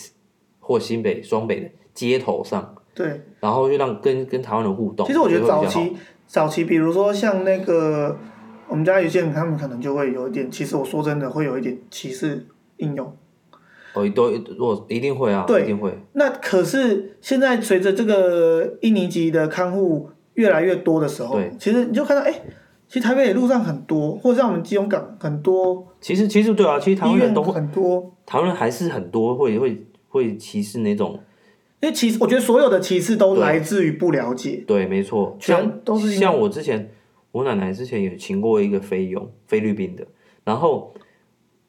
Speaker 2: 或新北、双北的街头上，
Speaker 1: 对，
Speaker 2: 然后就让跟跟台湾人互动。
Speaker 1: 其实我觉得
Speaker 2: 会比
Speaker 1: 早
Speaker 2: 较好
Speaker 1: 期早期，比如说像那个我们家有些人，他们可能就会有一点，其实我说真的会有一点歧视应用。
Speaker 2: 哦，都我一定会啊，
Speaker 1: 对
Speaker 2: 一定会，
Speaker 1: 那可是现在随着这个印尼籍的看护越来越多的时候
Speaker 2: 对，
Speaker 1: 其实你就看到，哎、其实台北路上很多，或者像我们基隆港很多，
Speaker 2: 其实其实对啊，其实台
Speaker 1: 医
Speaker 2: 湾人
Speaker 1: 院
Speaker 2: 都
Speaker 1: 很多。
Speaker 2: 台湾人还是很多会会会歧视那种，
Speaker 1: 因为其实我觉得所有的歧视都
Speaker 2: 对
Speaker 1: 来自于不了解。
Speaker 2: 对，没错，
Speaker 1: 全
Speaker 2: 像
Speaker 1: 都是因为
Speaker 2: 像我之前，我奶奶之前有请过一个菲佣，菲律宾的，然后，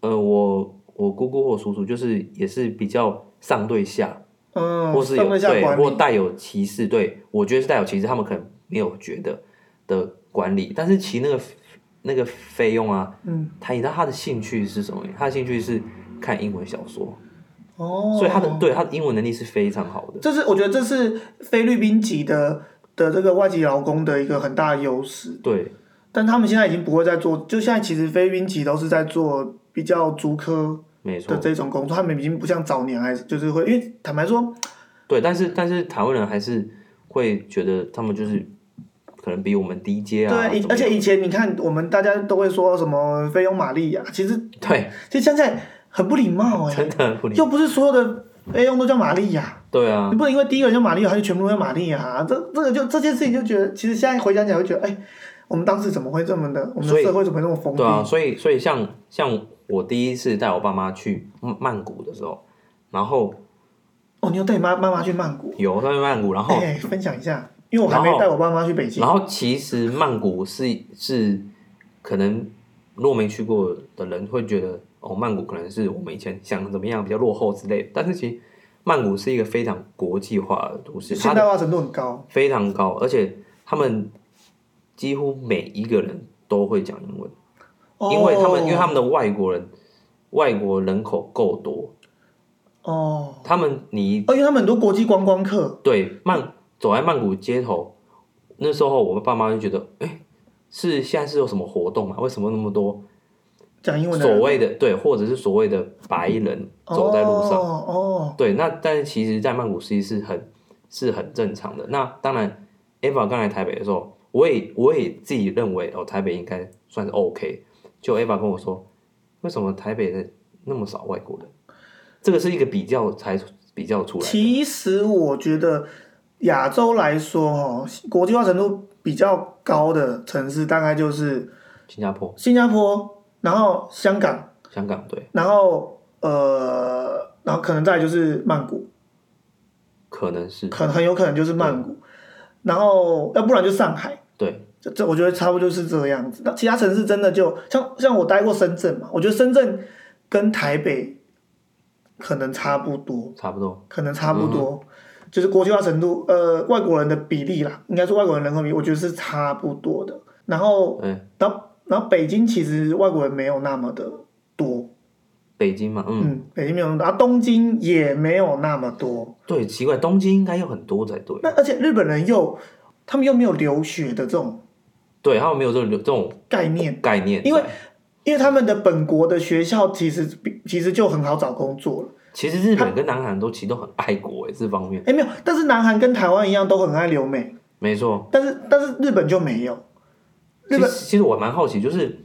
Speaker 2: 呃，我我姑姑或叔叔就是也是比较上对下，
Speaker 1: 嗯，
Speaker 2: 或是有
Speaker 1: 上对下
Speaker 2: 对
Speaker 1: 管
Speaker 2: 或
Speaker 1: 理，
Speaker 2: 带有歧视，对我觉得是带有歧视，他们可能没有觉得的管理，但是其实那个那个菲佣啊，
Speaker 1: 嗯，
Speaker 2: 他你知道他的兴趣是什么？他的兴趣是看英文小说，
Speaker 1: 哦，
Speaker 2: 所以他的对他的英文能力是非常好的。
Speaker 1: 这是我觉得这是菲律宾籍的的这个外籍劳工的一个很大的优势，
Speaker 2: 对
Speaker 1: 但他们现在已经不会再做，就现在其实菲律宾籍都是在做比较足科
Speaker 2: 没错
Speaker 1: 的，这种工作，他们已经不像早年还是就是会，因为坦白说，
Speaker 2: 对，但是但是台湾人还是会觉得他们就是可能比我们低阶啊，
Speaker 1: 对，以
Speaker 2: 怎么
Speaker 1: 而且
Speaker 2: 样
Speaker 1: 以前你看我们大家都会说哦什么菲佣玛利亚，其实
Speaker 2: 对，
Speaker 1: 其实现在很不礼貌哎、
Speaker 2: 真的很不理，
Speaker 1: 又不是所有的菲佣都叫玛利亚，
Speaker 2: 对啊
Speaker 1: 你，不能因为第一个人叫玛利亚，他就全部都叫玛利亚，这这个就这件事情就觉得，其实现在回想起来会觉得，哎，我们当时怎么会这么的，我们
Speaker 2: 所
Speaker 1: 的
Speaker 2: 以
Speaker 1: 社会怎么会那么封闭
Speaker 2: 对？啊，所以所以像像我第一次带我爸妈去曼曼谷的时候，然后
Speaker 1: 哦，你又带你妈妈妈去曼谷，
Speaker 2: 有在曼谷，然后
Speaker 1: 哎，分享一下，因为我还
Speaker 2: 然
Speaker 1: 没
Speaker 2: 后
Speaker 1: 带我爸妈去北京
Speaker 2: 然。后其实曼谷是是可能如果没去过的人会觉得哦，曼谷可能是我们以前想怎么样比较落后之类的，但是其实曼谷是一个非常国际化的都市，它
Speaker 1: 现代化程度很高，
Speaker 2: 非常高，而且他们几乎每一个人都会讲英文，因为他们、
Speaker 1: 哦
Speaker 2: 因为他们的外国人外国人口够多，
Speaker 1: 哦，
Speaker 2: 他们你
Speaker 1: 哦，因为他们很多国际观光客，
Speaker 2: 对曼走在曼谷街头，那时候我爸妈就觉得，哎、是现在是有什么活动吗？为什么那么多
Speaker 1: 讲英文的人
Speaker 2: 所谓的对，或者是所谓的白人走在路上？
Speaker 1: 哦哦，
Speaker 2: 对，那但是其实，在曼谷其实是很是很正常的。那当然，Eva 刚来台北的时候，我也我也自己认为哦，台北应该算是 OK。就 Eva 跟我说，为什么台北的那么少外国人？这个是一个比较才比较出来的。
Speaker 1: 其实我觉得亚洲来说，哦，国际化程度比较高的城市，大概就是
Speaker 2: 新加坡、
Speaker 1: 新加坡，然后香港，
Speaker 2: 香港对，
Speaker 1: 然后呃，然后可能再来就是曼谷，
Speaker 2: 可能是
Speaker 1: 可很有可能就是曼谷，然后要不然就上海。
Speaker 2: 对，
Speaker 1: 这这我觉得差不多就是这样子。那其他城市真的就像像我待过深圳嘛，我觉得深圳跟台北可能差不多，
Speaker 2: 差不多。
Speaker 1: 可能差不多，就是国际化程度，呃，外国人的比例啦，应该是外国人人口比例，我觉得是差不多的。然后，
Speaker 2: 嗯，
Speaker 1: 然后，然后北京其实外国人没有那么的多，
Speaker 2: 北京嘛，嗯，
Speaker 1: 嗯，北京没有那么多，然后东京也没有那么多。
Speaker 2: 对，奇怪，东京应该有很多才对。
Speaker 1: 那而且日本人又他们又没有留学的这种
Speaker 2: 对，他们没有这种这种
Speaker 1: 概念。
Speaker 2: 概念，
Speaker 1: 因为因为他们的本国的学校其实比其实就很好找工作了。
Speaker 2: 其实日本跟南韩都其实都很爱国欸诶，这方面
Speaker 1: 哎，没有，但是南韩跟台湾一样都很爱留美，
Speaker 2: 没错。
Speaker 1: 但是但是日本就没有。日
Speaker 2: 其
Speaker 1: 本
Speaker 2: 实其实我蛮好奇，就是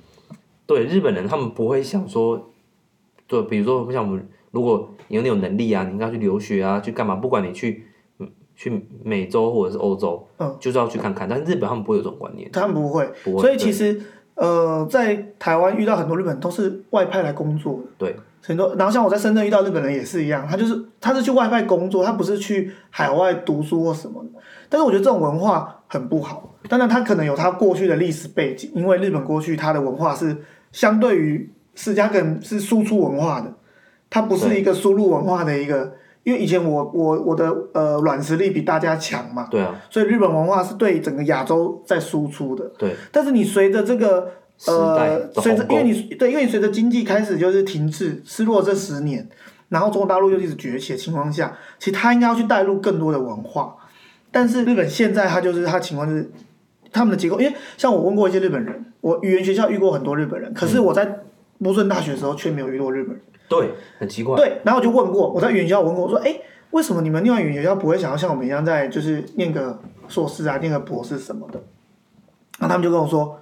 Speaker 2: 对日本人他们不会想说，对，比如说像我们，如果你有那种能力啊，你应该去留学啊，去干嘛？不管你去嗯去美洲或者是欧洲，
Speaker 1: 嗯，
Speaker 2: 就是要去看看。但是日本他们不会有这种观念，
Speaker 1: 他们不会，
Speaker 2: 不会
Speaker 1: 所以其实呃，在台湾遇到很多日本人都是外派来工作的。
Speaker 2: 对，
Speaker 1: 很多，然后像我在深圳遇到日本人也是一样，他就是他是去外派工作，他不是去海外读书或什么的。但是我觉得这种文化很不好。当然，他可能有他过去的历史背景，因为日本过去它的文化是相对于世家梗是输出文化的，它不是一个输入文化的一个。因为以前我我我的呃软实力比大家强嘛，
Speaker 2: 对啊，
Speaker 1: 所以日本文化是对整个亚洲在输出的。
Speaker 2: 对，
Speaker 1: 但是你随着这个
Speaker 2: 时代
Speaker 1: 呃
Speaker 2: 的，
Speaker 1: 随着
Speaker 2: 鸿
Speaker 1: 因为
Speaker 2: 沟，
Speaker 1: 你对，因为你随着经济开始就是停滞失落这十年，然后中国大陆又一直崛起的情况下，其实他应该要去带入更多的文化。但是日本现在它就是它情况就是他们的结构，因为像我问过一些日本人，我语言学校遇过很多日本人，可是
Speaker 2: 嗯
Speaker 1: 我在波士顿大学的时候却没有遇过日本人。
Speaker 2: 对，很奇怪，
Speaker 1: 对，然后我就问过，我在语言学校问过，我说，哎，为什么你们念完语言学校不会想要像我们一样在就是念个硕士啊，念个博士什么的？然后他们就跟我说，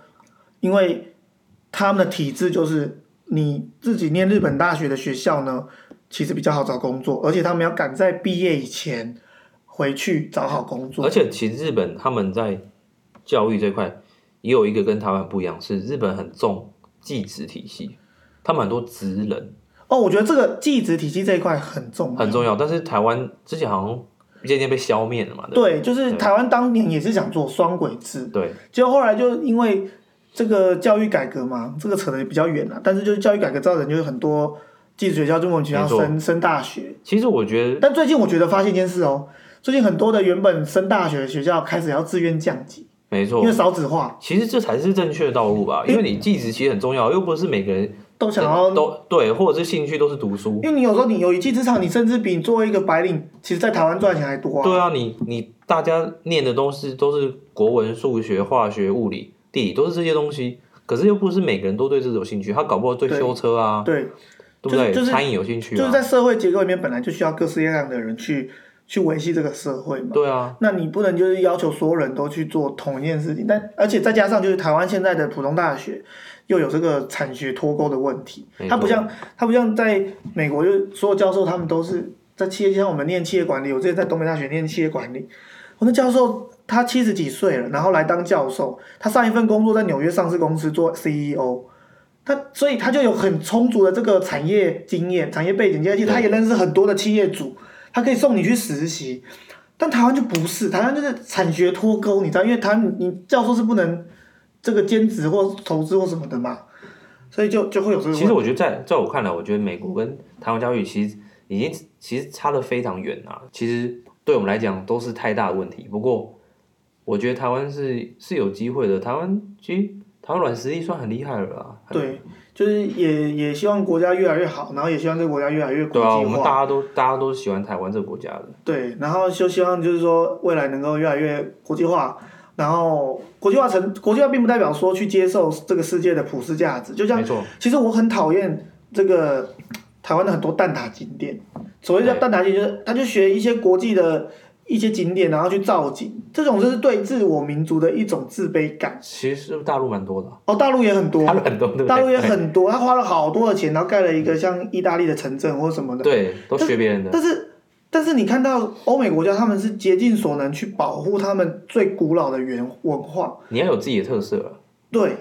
Speaker 1: 因为他们的体制就是你自己念日本大学的学校呢，其实比较好找工作，而且他们要赶在毕业以前回去找好工作。
Speaker 2: 而且其实日本他们在教育这块也有一个跟台湾不一样，是日本很重技职体系，他们很多职人。
Speaker 1: 哦，我觉得这个技职体系这一块很重要
Speaker 2: 很。重要。但是台湾之前好像渐渐被消灭了嘛，对
Speaker 1: 对，就是台湾当年也是想做双轨制，
Speaker 2: 对
Speaker 1: 就后来就因为这个教育改革嘛，这个扯得比较远了、啊但是就是教育改革造成就是很多寄宿学校、中文学校
Speaker 2: 没错
Speaker 1: 升升大学。
Speaker 2: 其实我觉得
Speaker 1: 但最近我觉得发现一件事哦，最近很多的原本升大学的学校开始要自愿降级，
Speaker 2: 没
Speaker 1: 因
Speaker 2: 错
Speaker 1: 为，少子化，
Speaker 2: 其实这才是正确的道路 吧。因为你技职其实很重要，又不是每个人
Speaker 1: 都想要。
Speaker 2: 都对，或者是兴趣都是哎读书。
Speaker 1: 因为你有时候你有一技之长，你甚至比你作为一个白领，其实在台湾赚钱还多啊。
Speaker 2: 对啊，你你大家念的东西都是国文、数学、化学、物理、地理，都是这些东西。可是又不是每个人都对这有兴趣，他搞不好对
Speaker 1: 对
Speaker 2: 修车啊，
Speaker 1: 对，
Speaker 2: 对不对？
Speaker 1: 就是就是
Speaker 2: 餐饮有兴趣
Speaker 1: 就是
Speaker 2: 啊，
Speaker 1: 在社会结构里面，本来就需要各式各样的人去去维系这个社会嘛。
Speaker 2: 对啊，
Speaker 1: 那你不能就是要求所有人都去做同一件事情，但而且再加上就是台湾现在的普通大学又有这个产学脱钩的问题
Speaker 2: 没，错
Speaker 1: 它不像它不像在美国，就是所有教授他们都是在企业，像我们念企业管理，我之前在东北大学念企业管理，我那教授他七十几岁了，然后来当教授，他上一份工作在纽约上市公司做 CEO。他所以他就有很充足的这个产业经验、产业背景，而且他也认识很多的企业主，他可以送你去实习，但台湾就不是，台湾就是产学脱钩，你知道，因为台湾你你教授是不能这个兼职或投资或什么的嘛，所以就就会有这个
Speaker 2: 其实我觉得在在我看来，我觉得美国跟台湾教育其实已经其实差得非常远啊。其实对我们来讲都是太大的问题。不过我觉得台湾是是有机会的，台湾其实台湾软实力算很厉害了啊。
Speaker 1: 对，就是也也希望国家越来越好，然后也希望这个国家越来越国
Speaker 2: 对啊，我
Speaker 1: 际
Speaker 2: 们
Speaker 1: 化，
Speaker 2: 大家都大家都喜欢台湾这个啊国家的。
Speaker 1: 对，然后就希望就是说未来能够越来越国际化，然后国际化成国际化并不代表说去接受这个世界的普世价值，啊就像
Speaker 2: 没错，
Speaker 1: 其实我很讨厌这个台湾的很多蛋挞景点，所谓叫蛋挞景点，就是他就学一些国际的一些景点，然后去造景，这种就是对自我民族的一种自卑感。
Speaker 2: 其实大陆蛮多的啊，
Speaker 1: 哦，大陆也很多
Speaker 2: 大，陆很多，对不对？
Speaker 1: 大陆也很多，他花了好多的钱，然后盖了一个像意大利的城镇或什么的，
Speaker 2: 对，都学别人的。
Speaker 1: 但是。但是你看到欧美国家，他们是竭尽所能去保护他们最古老的原文化，
Speaker 2: 你要有自己的特色啊，
Speaker 1: 对，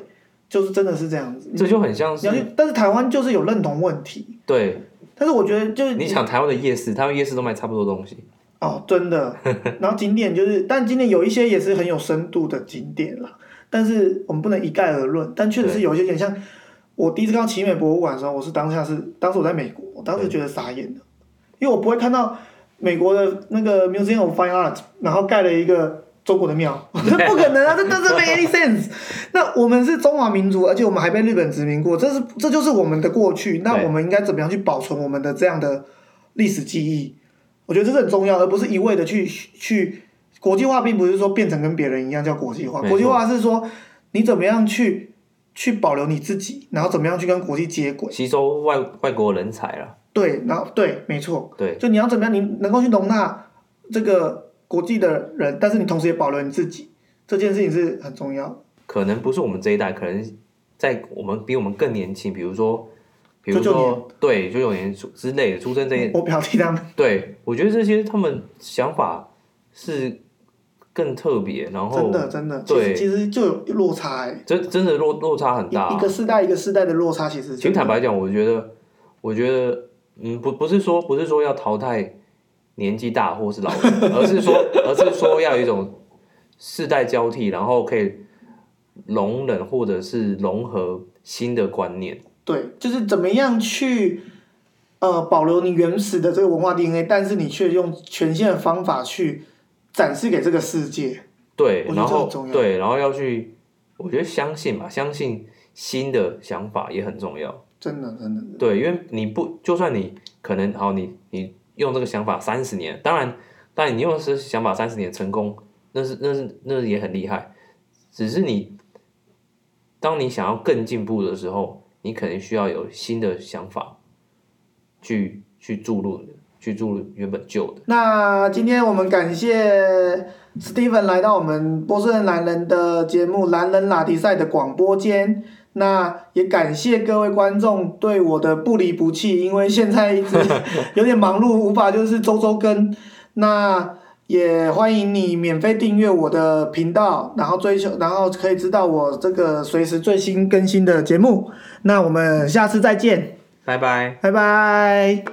Speaker 1: 就是真的是这样子。
Speaker 2: 这就很像
Speaker 1: 你要
Speaker 2: 是
Speaker 1: 去，但是台湾就是有认同问题，
Speaker 2: 对，
Speaker 1: 但是我觉得就是
Speaker 2: 你想台湾的夜市，他们夜市都卖差不多东西，
Speaker 1: 哦，真的。然后景点就是，但景点有一些也是很有深度的景点啦，但是我们不能一概而论。但确实是有一些景点，像我第一次看到奇美博物馆的时候，我是当下是，当时我在美国，我当时觉得傻眼的，因为我不会看到美国的那个 Museum of Fine Arts，然后盖了一个。中国的庙， 我说不可能啊，这 doesn't make any sense。那我们是中华民族，而且我们还被日本殖民过，这是这就是我们的过去。那
Speaker 2: 对
Speaker 1: 我们应该怎么样去保存我们的这样的历史记忆？我觉得这是很重要，而不是一味的去去国际化，并不是说变成跟别人一样叫国际化。
Speaker 2: 没错
Speaker 1: 国际化是说你怎么样去去保留你自己，然后怎么样去跟国际接轨。
Speaker 2: 吸收外外国人才了。
Speaker 1: 对，然后对，没错，
Speaker 2: 啊对，
Speaker 1: 就你要怎么样，你能够去容纳这个国际的人，但是你同时也保留你自己，这件事情是很重要的。
Speaker 2: 可能不是我们这一代，可能在我们比我们更年轻，比如说，比如
Speaker 1: 九九
Speaker 2: 说，对，九九年出之类的出生这一，
Speaker 1: 我表弟他们
Speaker 2: 对我觉得这些他们想法是更特别，然后
Speaker 1: 真的真的，其
Speaker 2: 对
Speaker 1: 实其实就有落差、欸，
Speaker 2: 真真的落落差很大、
Speaker 1: 一一个世代一个世代的落差，其实
Speaker 2: 其实坦白讲，我觉得，我觉得，嗯，不不是说不是说要淘汰年纪大或是老人，而是说而是说要有一种世代交替，然后可以容忍或者是融合新的观念。
Speaker 1: 对，就是怎么样去呃保留你原始的这个文化 DNA，但是你却用全新的方法去展示给这个世界。
Speaker 2: 对，
Speaker 1: 我觉得
Speaker 2: 然
Speaker 1: 这
Speaker 2: 后
Speaker 1: 很重要
Speaker 2: 对，然后要去，我觉得相信吧，相信新的想法也很重要。
Speaker 1: 真的，真的，
Speaker 2: 对，因为你不，就算你可能好，你你用这个想法三十年，当然，当然你用这想法三十年成功，那是那是那也很厉害。只是你，当你想要更进步的时候，你可能需要有新的想法，去去注入，去注入原本旧的。
Speaker 1: 那今天我们感谢 Steven 来到我们波士顿男人的节目《男人拉迪赛》的广播间。那也感谢各位观众对我的不离不弃，因为现在一直 有点忙碌，无法就是周周更。那也欢迎你免费订阅我的频道，然后追求，然后可以知道我这个随时最新更新的节目。那我们下次再见，
Speaker 2: 拜拜。
Speaker 1: 拜拜。